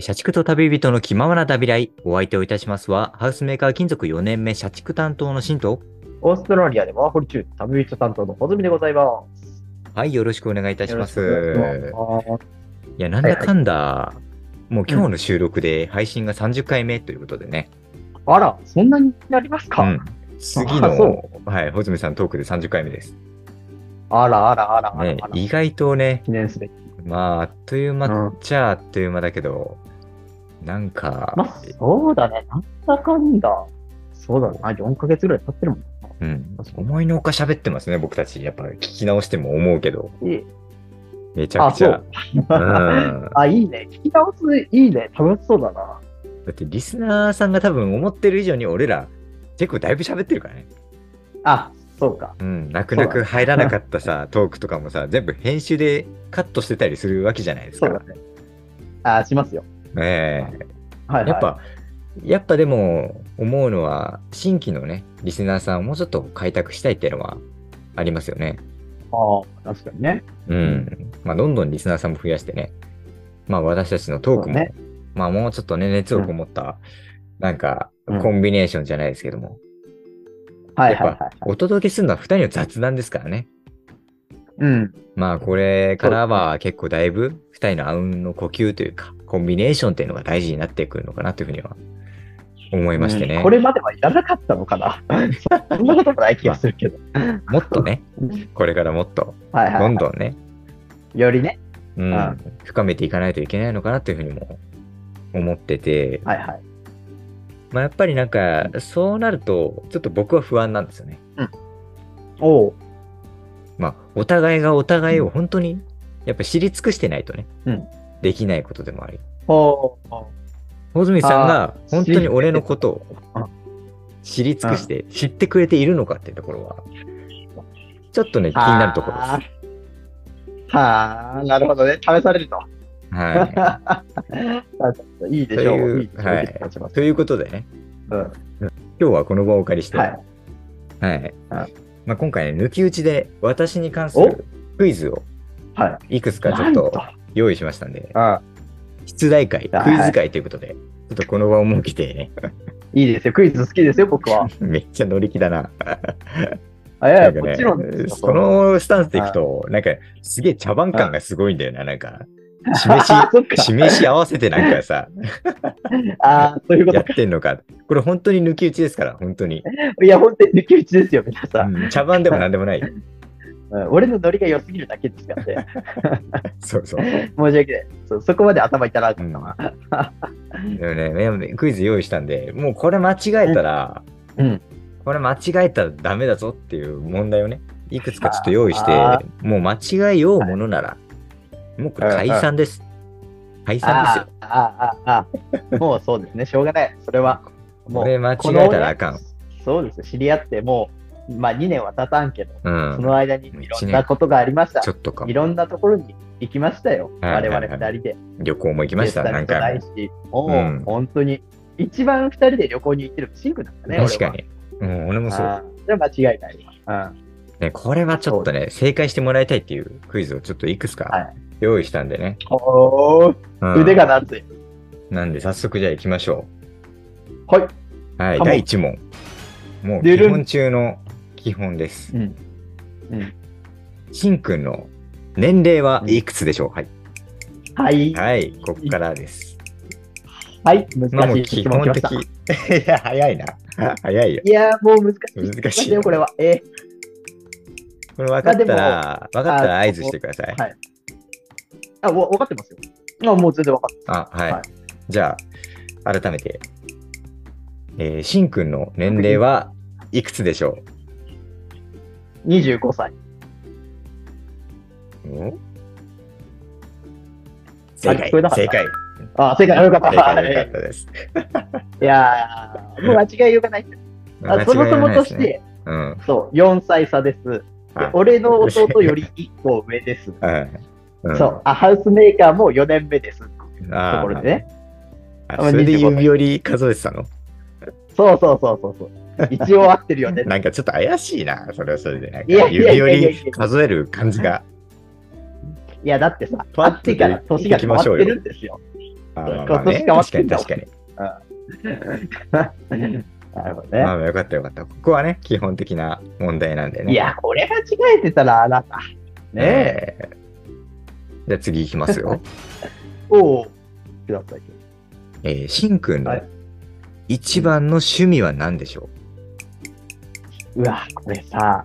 社畜と旅人の気ままな旅来、お相手をいたしますは、ハウスメーカー金属4年目社畜担当の新と。オーストラリアでワーホリ中、旅人担当のホズミでございます。はい、よろしくお願いいたします。よろしくお願いいしますや、なんだかんだ、もう今日の収録で配信が30回目ということでね。あら、そんなになりますか、うん次あその、はい、穂積さんトークで30回目です。あらあらあらあらねあ、ら、意外とね、記念すべき。まあ、あっという間っちゃあっという間だけど、なんか、まあ、そうだね。なんだかんだ。そうだな。4ヶ月ぐらい経ってるもんな。うん、思いのほか喋ってますね、僕たち。やっぱ聞き直しても思うけど、えめちゃあ、くちそゃう。。うん あ、いいね。聞き直す、いいね。楽しそうだな。だってリスナーさんが多分思ってる以上に俺ら結構だいぶ喋ってるからね。あ、そうか。うん、泣く泣そうく入らなかったさ、トークとかもさ、全部編集でカットしてたりするわけじゃないですか。そうだね。あ、しますよ。ねはい、え。やっ、ぱ、やっぱでも思うのは、新規のね、リスナーさんをもうちょっと開拓したいっていうのはありますよね。ああ、確かにね。うん。まあ、どんどんリスナーさんも増やしてね。まあ、私たちのトークも、そうねまあ、もうちょっとね、熱をこもった、なんか、うんコンビネーションじゃないですけども、はいやっはいはいぱ、はい。お届けするのは2人の雑談ですからね。うん。まあ、これからは結構だいぶ2人のあうんの呼吸というか、コンビネーションっていうのが大事になってくるのかなというふうには思いましてね。うんこれまではいらなかったのかな そんなこともない気がするけど。もっとね、これからもっと、はいはい、どんはどんね、い。よりね。ううんん、深めていかないといけないのかなというふうにも思ってて、はいはい。まあ、やっぱりなんか、そうなると、ちょっと僕は不安なんですよね。おう。まあ、お互いがお互いを本当に、やっぱ知り尽くしてないとね、うんできないことでもあり。おう。穂積さんがあー本当に俺のことをうん知り尽くして知ってくれているのかっていうところは、ちょっとね、気になるところです。はあはあ、なるほどね。試されると。はいいでしょというう。いいでしょうはいい気持ちま い。すということでね、うん今日はこの場をお借りして、ははいい。まあ、今回ね、抜き打ちで私に関するクイズをはいくつかちょなっんとと。用意しましたんで、あ出題会、はいクイズ会ということで、ちょっとこの場を設けてね、 いいですよ。クイズ好きですよ、僕は。めっちゃ乗り気だな。えなえ、んかもねちろんですよ。そのスタンスでいくと、なんかすげえ茶番感がすごいんだよな、なんか。 示しあ、そっか。示し合わせてなん かさ、ああ、そういうこやとっ。てんのか。これ本当に抜き打ちですから、本当に。いや、本当に抜き打ちですよ、皆さん。うん茶番でもなんでもない。うん俺のノリが良すぎるだけですから ね。そうそう。申し訳ない。そうそこまで頭痛なかうっんたな。でもねね、クイズ用意したんで、もうこれ間違えたら、うんこれ間違えたらダメだぞっていう問題をね、いくつかちょっと用意してあ、もう間違えようものなら、もうこれ解散です。解散ですよあ。ああああもうそうですね、しょうがない、それは。こもうれ間違えたらあかんこの。そうです、知り合ってもう、まあ、2年は経たんけど、うそん。の間にいろんなことがありましたち。ょっとかい。ろんなところに行きましたよ、はいはいはい我々2人で。旅行も行きました、ゲスト何にもな回いも。し、もう、うん本当に、一番2人で旅行に行ってるのシンクなんだね、確かに。うん、俺も俺そう。は。うんそれは間違いないわ。うんね、これはちょっとね、正解してもらいたいっていうクイズをちょっといくつはかい用意したんでね。おーうん腕が熱い。なんで早速じゃあ行きましょはい。う。はい、カモン第1問。もう基ルルン本中の基本ですう。ん。うん。しんくんの年齢はいくつでしょうはい。はい。はい、ここからです。はい。まあ難もしうい基質問来本ました的。。いや、早いな。早いよ。いやー、もう難しい。難しいよ、これは。えこれ分かったまら、分かったらあ合図してください。はいー、あ、わ分かってますよ。あ、もう全然分かってあ、はい。はいじゃあ、改めて。えー、しんくんの年齢はいくつでしょます。25歳。うおあ正れ解聞こえなかった正解あ、正解、よかった。正解はでよかっいたです。 いやー、もう間違いようがない。あそもそもとし 間違いないですね、て、うん。そう、4歳差です。ではい俺の弟より1個上です。はいうんそう、あ、ハウスメーカーも4年目です。とあーころでね。あまあそれで25指折り数えてたのそうそうそうそう そう。一応合ってるよね。なんかちょっと怪しいな、それはそれで。なんかいやいやい指やいや折り数える感じが。いや、だってさ、パあッっとてねから年が変わってるんですよ。あまあまあね、今年変わっ確かてんにだ確かに。 なるほどね。まあまあよかったよかった。ここはね、基本的な問題なんでね。いや、これ間違えてたらあなた。ねえ。ええじゃあ次行きます よ。おうください。えー、しんくんのはい一番の趣味は何でしょうわ、これさ、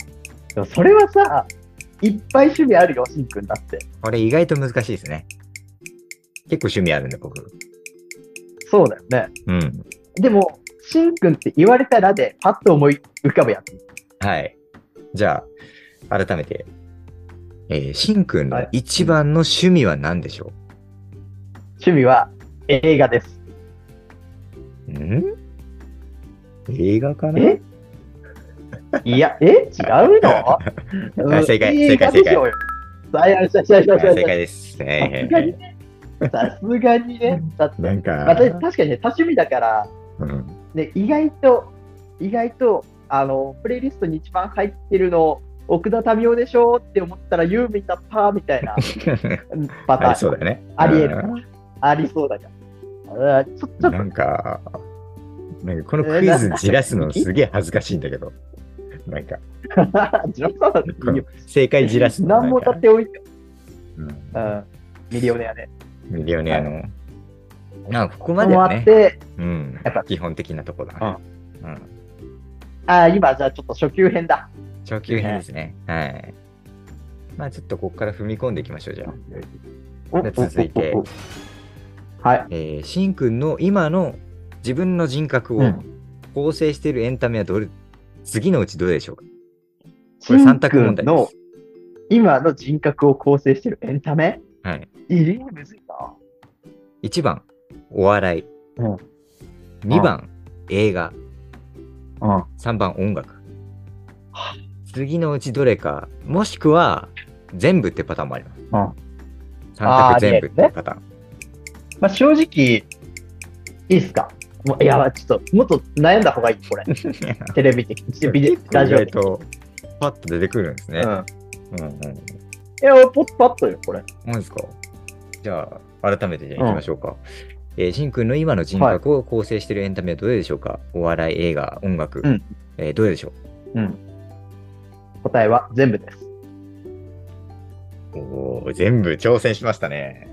でもそれはさ、いっぱい趣味あるよ、しんくんだって。うこれ意外と難しいですね。結構趣味あるんで、僕。そうだよね。うん。でも、しんくんって言われたらで、パッと思い浮かぶやつ。はい。じゃあ、改めて。えー、しんくんはのい一番の趣味は何でしょ趣味は映画です。う、ん映画かなえいや、え違う のうん正解映画でしょうよあいや正解、正あ解、正正解解。です。はいさはいすがはにいね。さすがにね。だって、なんか私、確かにね、多趣味だから、うんね、意外と、意外と、あの、プレイリストに一番入ってるの、奥田民生でしょって思ったら、ユーミンだったみたいなパタありーそンうだね。ありえるうんありそうだから。あーちょち ょっとなんか、なんかこのクイズじらすのすげえ恥ずかしいんだけど。なんか、ジロさんだってこいいのよ。正解じらすのな何んも立かっ、ておいて、うんうん、ミリオネアね。ミリオネアの。なんかここまでもはあっね、て、うんやっぱ、基本的なとこだね。うんあー今じゃあちょっと初級編だ。上級編ですね。はい。まあちょっとここから踏み込んでいきましょう、じゃあ。おじゃあ続いておおおはい。えー、しんくんの今の自分の人格うをん構成しているエンタメはどれ、次のうちどれでしょうかこれ三択問題シンくんでの今の人格を構成してるエンタメす。はい。いいむずいな。 1番、お笑い。うん2番、映画。うん。 3番、音楽。次のうちどれか、もしくは全部ってパターンもあります。うん3あー択全部ってパターン。まあ、正直、いいっすか。もういや、ちょっと、もっと悩んだ方がいい、 これ。テレビ的に、ビデ結構ラジオ意外的に。とパッと出てくるんですね。うん。うんうんうん。いや、俺ポッパッとよ、これ。何ですかじゃあ、改めてじゃあ行きましょうか。えーしんくんの今の人格を構成しているエンタメはどれでしょうか、お笑い、映画、音楽、うんえーどれでしょうん。答えは全部です。うおー全部挑戦しましたね。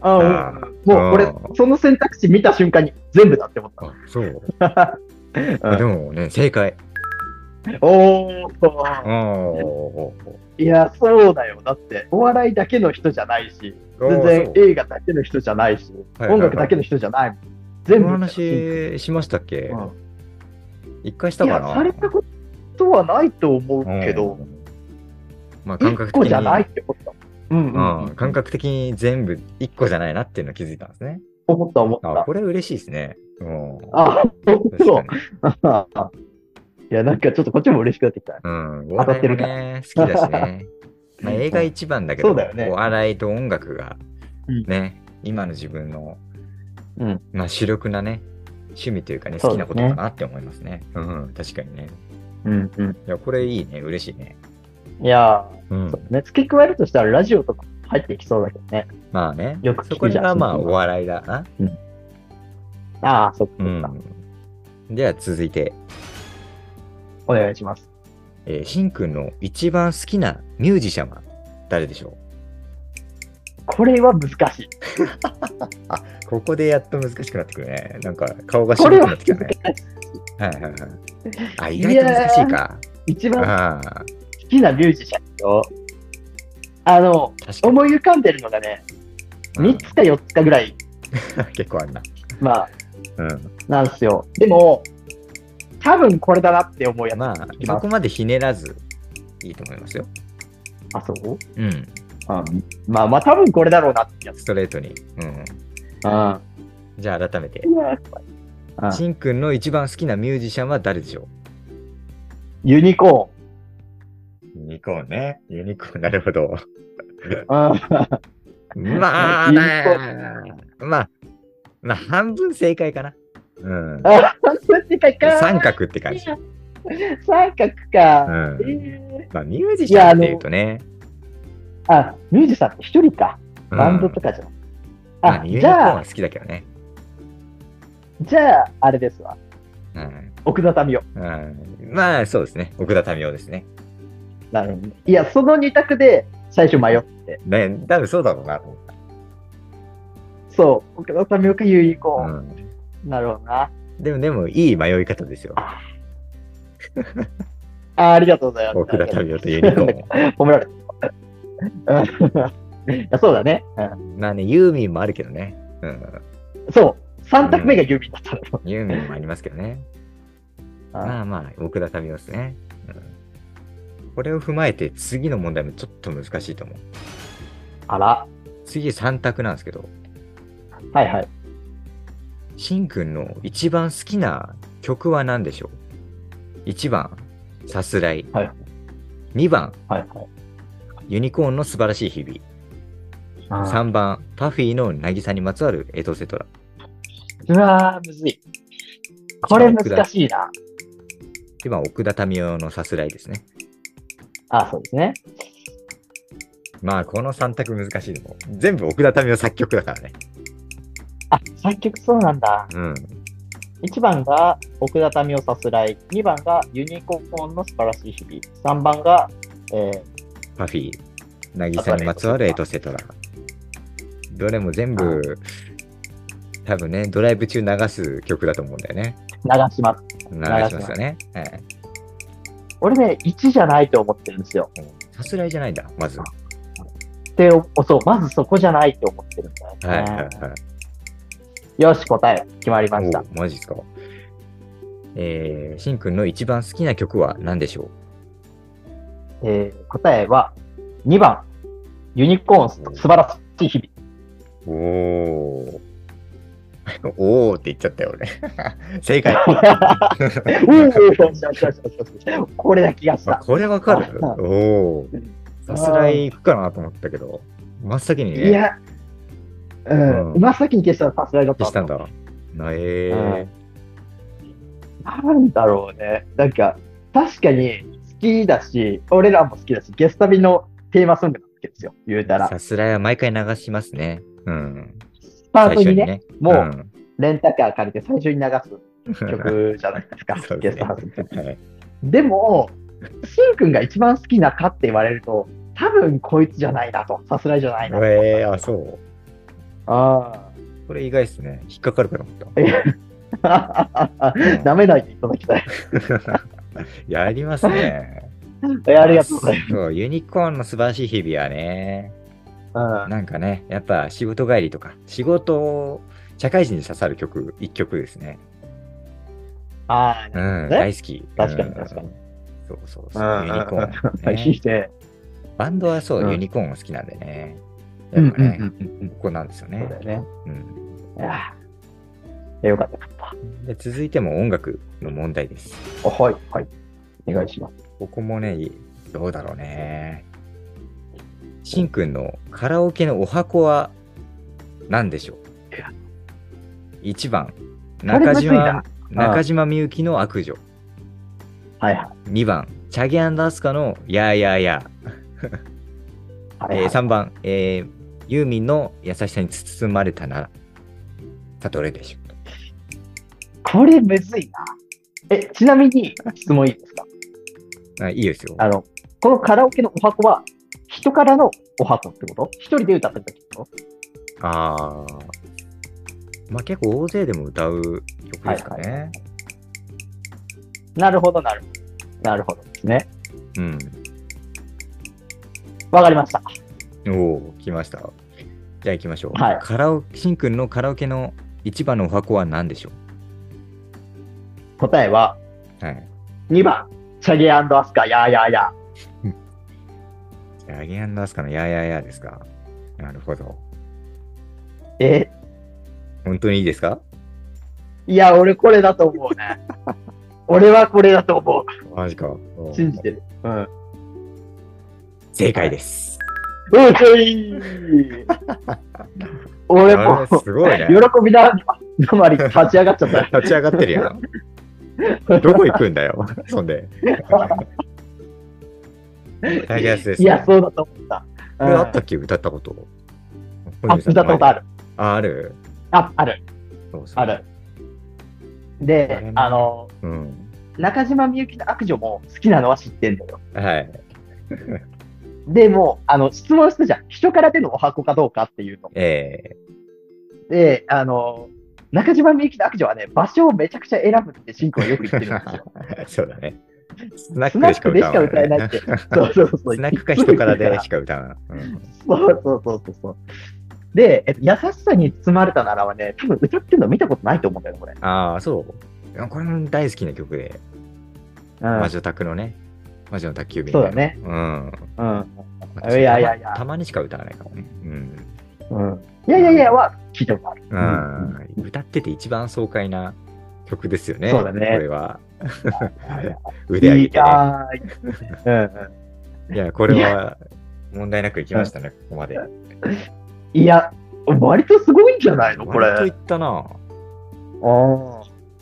あああ、もうこれ、その選択肢見た瞬間に全部だって思っあ、そう。た。うんでもね、正解。おーおーいや、そうだよ。だって、お笑いだけの人じゃないし、全然映画だけの人じゃないし、はいはい音楽だけの人じゃないもん。こ全部のだよ話しましたっけうん一回したかいなや、されたことはないと思うけうど、んまあ感一覚的個にじゃないって思った。うんうん、うん感覚的に全部一個じゃないなっていうのを気づいたんですね。思った思っあた。これ嬉しいですね。うんあ、本確か当に。 いや、なんかちょっとこっちも嬉しくなってきた。うん、当たってるかお笑いもね、好きだし ね。まあ映画一番だけそど、うだよねお笑いと音楽がうんね、今の自分の、うんまあ、主力なね、趣味というかね、そ好うきでなすねことかなって思いますね。うんうん、確かにね。うんうん。いや、これいいね、嬉しいね。いやうんー、そうね、付け加えるとしたらラジオとか入っていきそうだけどね。まあね、よくそ聞こくじゃんがまあお笑いだな。ああ、そっかうそっか、ん。では続いて、お願いします。えー、しんくんの一番好きなミュージシャンは誰でしょこれは難しい。うここでやっと難しくなってくるね。なんか顔がこ白れくはなっ難てきしいたね。。はいはいはい。あ、意外と難しいか。一番ああ、好きなミュージシャンと、あの、確かに。思い浮かんでるのがね、うん3つか4つかぐらい、 結構あるな。まあ、うん。なんですよ。でも、多分これだなって思うやつ。まあ、そこまでひねらずいいと思いますよ。あ、そううん。うん。まあまあ、多分これだろうなってやつ。ストレートに。うん。うん。じゃあ改めて。うんしんくんの一番好きなミュージシャンは誰でしょユニコうユニコーンね。ユニコーン、なるほど。ーン。うん。まあユニね。まあ、まあ、半分正解かな。うん。あ、そっちか か。三角って感じ。三角うか。えん。ーまあ、ミュージシャンっていうとね。あ、ミュージシャンって一人か。バンドとかじゃん。まあ、あ、ニューじヨークゃはあ、好きだけどね。じゃあ、あれですわ。うん。奥田民生。うん、まあ、そうですね。奥田民生ですね。なるほど。いや、その二択で最初迷って。ね、多分そうだろうなと思っそう、奥田民生か結た。う衣子。ん。なるほどな。でも、でも、いい迷い方ですよ。あありがとうございます。奥田民生とユニコー褒められた。 うんいやそうだね、うんン。まあね、ユーミンもあるけどね。うん。そう、三択目がユーミンだったの。ユーミンもありますけどね。まあまあ、奥田民生ですね。うんこれを踏まえて、次の問題もちょっと難しいと思う。あら、次3択なんですけど、はいはい。しんくんの一番好きな曲は何でしょう ?1 番、さすらい。はい2番、はいはい。ユニコーンの素晴らしい日々。あー3番、パフィーの渚にまつわるエトセトラ。うわー、むずい。これ難しいな。 1番、奥田民生のさすらいですね。あそうですね。まあ、この3択難しいのも。全部奥田民生作曲だからね。あ、作曲そうなんだ。うん。 1番が奥田民生さすらい、2番がユニコーンの素晴らしい日々、3番が、えーパフィー、渚にまつわるエトセトラ。どれも全部、多分ね、ドライブ中流す曲だと思うんだよね。流します。流しますよね。はい俺ね、1じゃないと思ってるんですよ。さすらいじゃないんだ、まず。はで、おそう、まずそこじゃないと思ってるんいだはいよはね。い。よし、答え、決まりまおした。ーマジっすか。えー、しんくんの一番好きな曲は何でしょえー答えは、2番、ユニコーンす素晴らしい日うおお。 おおって言っちゃったよ、俺。 正解。々。おーよしよしよしよしよしこれだ気がし あた。これわかるあおお。さすらい行くかなと思ったけど、真っ先にいね、や、うんう、ん真っ先に消したらさすがだった消したんだ。なえうーん、なんだろうね。なんか、確かに好きだし、俺らも好きだし、ゲスタビのテーマソングなわけですよ、言うたら。さすらいは毎回流しますね。うん。スタートにね、もううんレンタカー借りて最初に流す曲じゃないですか そう、でゲすスねトハウスって。はいでも、しんくんが一番好きなかって言われると、多分こいつじゃないなと、さすらいじゃないなと。えー、あ、そう。あこれ意外ですね。引っかかるかと思った。あ。舐めないでいただきたい。やりますね。え ありがとうございます。そう、ユニコーンの素晴らしい日々はね、ます。うんなんかね、やっぱ仕事帰りとか、仕事、社会人に刺さる曲、一曲ですね。あうーん、ね大好き。確かにうん確かに。そうそううそんう、ユニコー ン、最近ね。して。バンドはそう、うんユニコーンが好きなんでね。うやんっうんぱうね、んうんここなんですようん。そねうだ。よね。うん、いやーよかったよかっで続いても音楽の問題です。た。おはい、はい。お願いします。ここもね、どうだろうね。しんくんのカラオケのお箱は何でしょういや ?1 番、これ中むずい島な、中島みゆきの悪女。はいはい。 2番、チャゲアンダースカのやーやーやはー。いえーはい3番、えーユーミンの優しさに包まれたなら。さあ、どれでしょうこれむずいな。え、ちなみに質問いいで すかあいいですよ。あの、このカラオケのお箱は、人からのお箱ってこと一人で歌ってたってことあーまあ結構大勢でも歌う曲ですかね。はいはいなるほど、なるほど。なるほどですね。うん。わかりました。おお、来ました。じゃあ行きましょう。はいカラオしんくんのカラオケの一番のお箱は何でしょ答えは、うはい。 2番、チャゲアスカ、やーやーやアゲアンダースカのやーやーやーですかなるほど。ー。え、本当にいいですかいや、俺これだと思う ね。俺はこれだと思マジか。おう。ー信じてる。うん。正解です。うん、ちょい 俺あもれ、すごい ね喜。びだ、のまり立ち上がっちゃったよ。立ち上がってるやん。どこ行くんだよ。そん で。大安です、ね。いや、そうだと思った。これあっうんたっけ歌ったこと。あ、歌ったことある。る。ああ、あるあ、ある、そうそうある。。あれでね、あの、うん。中島みゆきの悪女も好きなのは知ってんのよ。はい。でもう、あの、質問するじゃん。人から出るお箱かどうかっていうの。え えで、あの、中島みゆきの悪女はね、場所をめちゃくちゃ選ぶってシンクはよく言ってるんです そよ。うだね。スナスナッッククででししかか歌歌ええなないいっ。て。そうそうそ う。スナックか人からでしか歌わない。うんそうそうそうそうそう。で、えっと、優しさに包まれたならはね、多分歌ってるの見たことないと思うんだよね、これ。ああ、そういや。これも大好きな曲で、うん魔女宅のね、魔女の宅急便。そうだ。ね。うん。うん。私いやいやいやたまたまにしか歌わないかもね。うん。うん。いやいやいやは聞いたことある。うん歌ってて一番爽快な曲ですよね。そうだねこれは。腕上げいて、ね。やーうんういや、これは問題なくいきましたね、ここまで。ん。いや、割とすごいんじゃないのこれ。割といあったな。あ。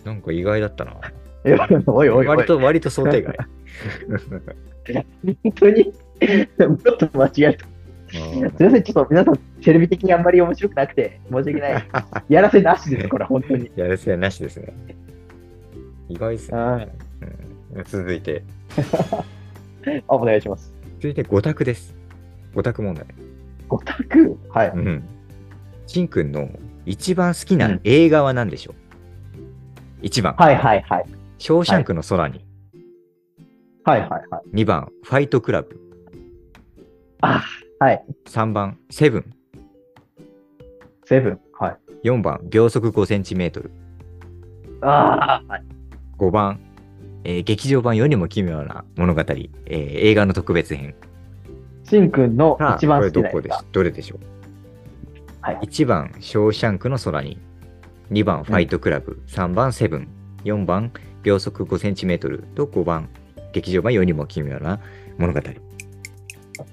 なんか意外だったな。いやおいおいおい。割と、割と想定 外。本当に、ちょっと間違えた。うんすいません、ちょっと皆さん、テレビ的にあんまり面白くなくて、申し訳 ない。やらせなしです、これ、本当に。やるせなしですね。意外ですね。はいうん続いて、あお願いします。続いて5択です。5択問題。ごたくはい。うん。しんくんの一番好きな映画は何でしょう ?1 番、はいはいはい。ショーシャンクの空に。はいはいはい。 2番、ファイトクラブ。あ、はい。 3番、セブン。セブン。はい。 4番、秒速5センチメートル。ああ、はい。 5番、えー劇場版世にも奇妙な物語、えー映画の特別編。しんくんのさあ一番好きなこれどこやつでだす。どれでしょうはいはい。 ?1 番、ショーシャンクの空に。2番、ファイトクラブ。3番、セブン。4番、秒速5センチメートル。と5番、劇場版世にも奇妙な物語。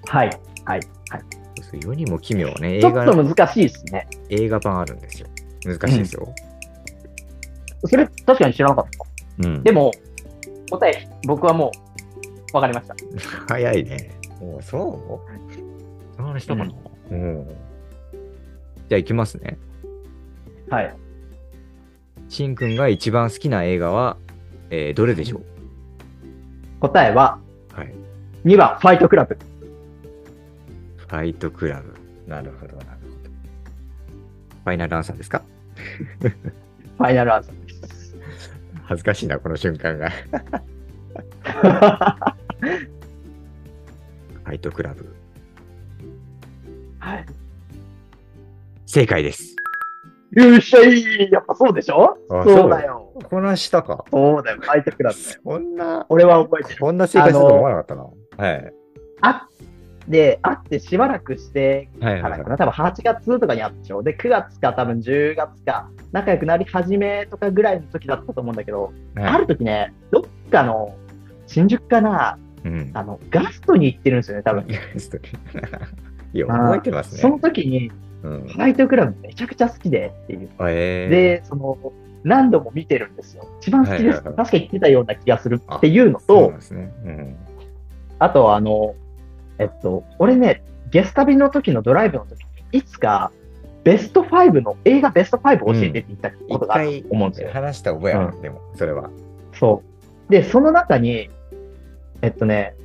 はい。そう世にも奇妙ね。映ちょっ画と難しいですね。映画版あるんですよ。難しいですよ。それ、確かに知らなかった。うんでも、答え、僕はもう、わかりました。 早いね。もうそう その話したかな、うん、じゃあ行きますね。はい。しんくんが一番好きな映画は、えーどれでしょう答えは、はい。 2番、ファイトクラブ。ファイトクラブ。なるほど、なるほど。ファイナルアンサーですかファイナルアンサー です。恥ずかしいな、この瞬間が。ファイトクラブ。はい。正解です。よっしゃいやっぱそうでしょあそうだよ。この下か。そうだよ、ファイトクラブ。そんな、俺は覚えてる。こんな正解すると思わなかったな。はい。あで、会ってしばらくしてはいかはいらかはな、多分8月とかに会ったでしょ。で、9月か多分10月か、仲良くなり始めとかぐらいの時だったと思うんだけど、い。あはいる時ね、どっかの新宿かな、うん。あのガストに行ってるんですよね、多分。いや、覚えてますそのね。時に、うんフ。ァイトクラブめちゃくちゃ好きでっていう。えー、で、その、何度も見てるんですよ。一番好きですって、はいはいはい確か言ってたような気がするっていうのそうとなん、ですね。うん。あとはあの、えっと、俺ね、ゲス旅の時のドライブの時に、いつか、ベスト5の、映画ベスト5を教えてって言ったこと一がある回と思うんですよ。話した覚えある、うでも、それは。そう。で、その中に、えっとね、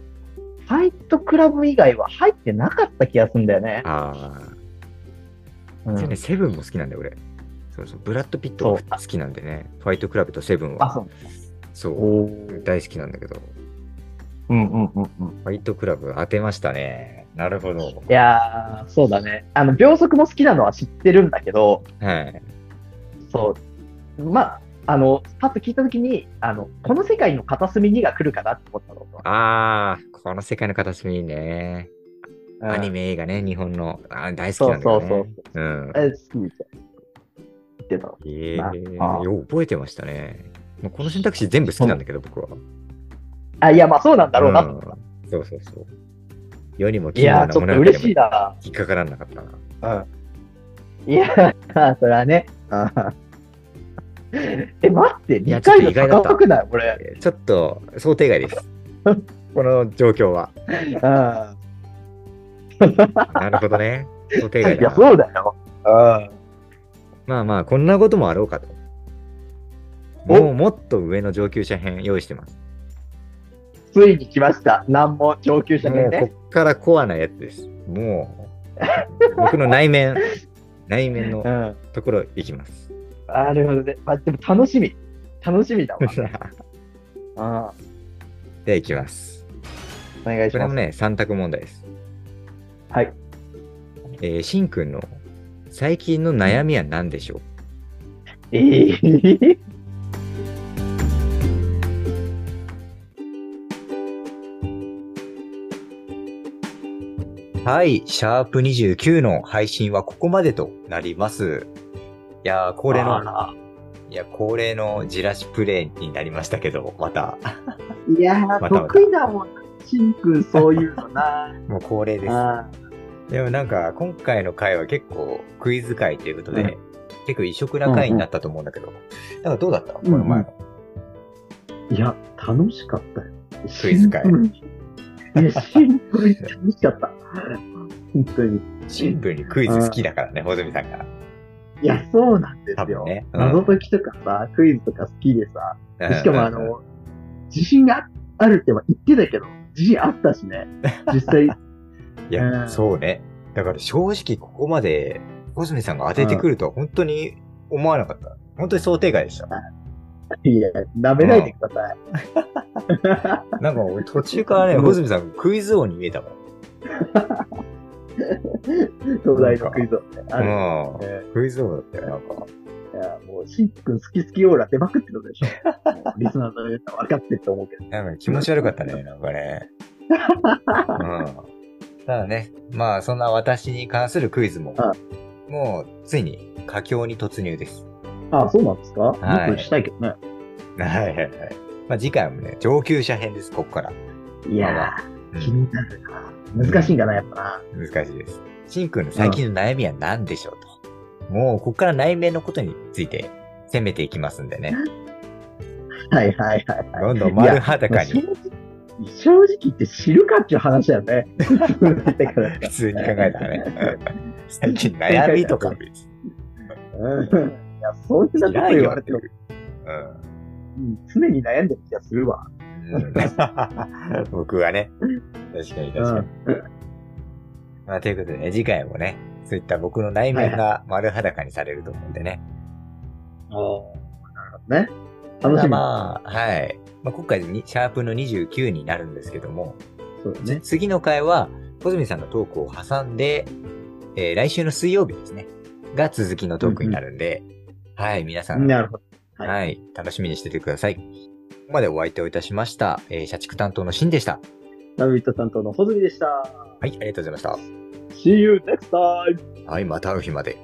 ファイトクラブ以外は入ってなかった気がするんだよね。ああ。うんじゃあね、セブンも好きなんだよ、俺。そうそう。ブラッド・ピットそうが好きなんでね。ファイトクラブとセブンあ、は。そう。そう。お大好きなんだけど。うんうんうんうん。ファイトクラブ当てましたね。なるほど。いやー、そうだね。あの、秒速も好きなのは知ってるんだけど、はい。そう。まあ、あの、パッと聞いた時に、あの、この世界の片隅にが来るかなって思ったの。ああ、この世界の片隅にね。うんアニメ映画ね、日本の。あー大好きそなうんだそようね。そう。うん。え、好きみたいな。言ってたの。ええまあよう覚えてましたね。もうこの選択肢全部好きなんだけど、僕は。あ、いや、まあそうなんだろうなとう思っんた。そうそうそう。世にもい奇や妙ー、なちょもっのと嬉しいな。引っかからなかったな。うん。いや ー、それはね。え、待って、いや2回ちょっとの意外だった高くない俺。えーちょっと想定外 です。この状況は。うん。いや、 なるほどね。想定外だな。そうだよ。うん。まあまあ、こんなこともあろうかと。おもうもっと上の上級者編用意してます。ついに来ました。難問上級者も編うこね。っからコアなやつです。も う、僕の内面、内面のうん。ところいき ます。なるほどね。まあ、でも楽しみ。楽しみだわ。うん。で、いきます。お願いしこれまもす。ね、3択問題です。はい。えー、しんくんの最近の悩みは何でしょうえーはい、シャープ29の配信はここまでとなります。いやー、恒例の、あいや、恒例のじらしプレイになりましたけど、また、 ーいやまたー、得意だもんな。しんくん、そういうのな。もう恒例です。あでもなんか、今回の回は結構クイズ回ということで、うん結構異色な回になったと思うんだけど、なんかどうだったこんうんの前の。ーいや、楽しかったよ。クイズ会シンプルにいや、シンプルに楽しかった。本当に。シンプルにクイズ好きだからね、ほずみさんが。いや、そうなんで多す分よ。ねうん謎解きとかさ、クイズとか好きでさ、うんしかもあ、うんの、自信があるっては言ってたけど、自信あったしね。実 際、いや、うんそうね。だから正直ここまで、ほずみさんが当ててくるとは本当に思わなかった。本当に想定外でした。いや、舐めないでください。なんか俺途中からね、うん穂積さんクイズ王に見えたもん。東大のクイズ王ってある。うえん。クイズ王だったよ、なんか。ーいや、もう、しんくん好き好きオーラ出まくってた でしょ。リスナーの皆さん分かってると思うけど。なんか気持ち悪かった ね、なんかね。うん。ただね、まあそんな私に関するクイズも、もうついに佳境に突入です。ああ、そうなんですかもっはいとしたいけどね。はいはいはい。まあ次回もね、上級者編です、ここから。いやうんー、気になるな。難しいんかな、やっぱな。難しいです。しんくんの最近の悩みは何でしょうと。もうここから内面のことについて攻めていきますんでね。はいはいはいはどい。んどん丸裸にいやもう正直正直言って知るかっていう話だ よね。だから普通に考えたら ね。最近悩みとか別にうんいや、そんなこと言われても、ううん常に悩んでる気がするわ。ん。僕はね。確かに確うかに。んまあ、ということでね、次回もね、そういった僕の内面が丸裸にされると思うんでね。おーなるほどね。楽しみ。まあ、はい。まあ、今回に、シャープの29になるんですけども、そうだね。次の回は、小泉さんのトークを挟んで、えー来週の水曜日ですね、が続きのトークになるんで、はい、皆さん、なるほど。は、はいい楽しみにしててください。ここまでお相手をいたしました、えー社畜担当のシンでした。ナビット担当のホズミでした。はい、ありがとうございまし See you next time! た。はい、また会う日まで。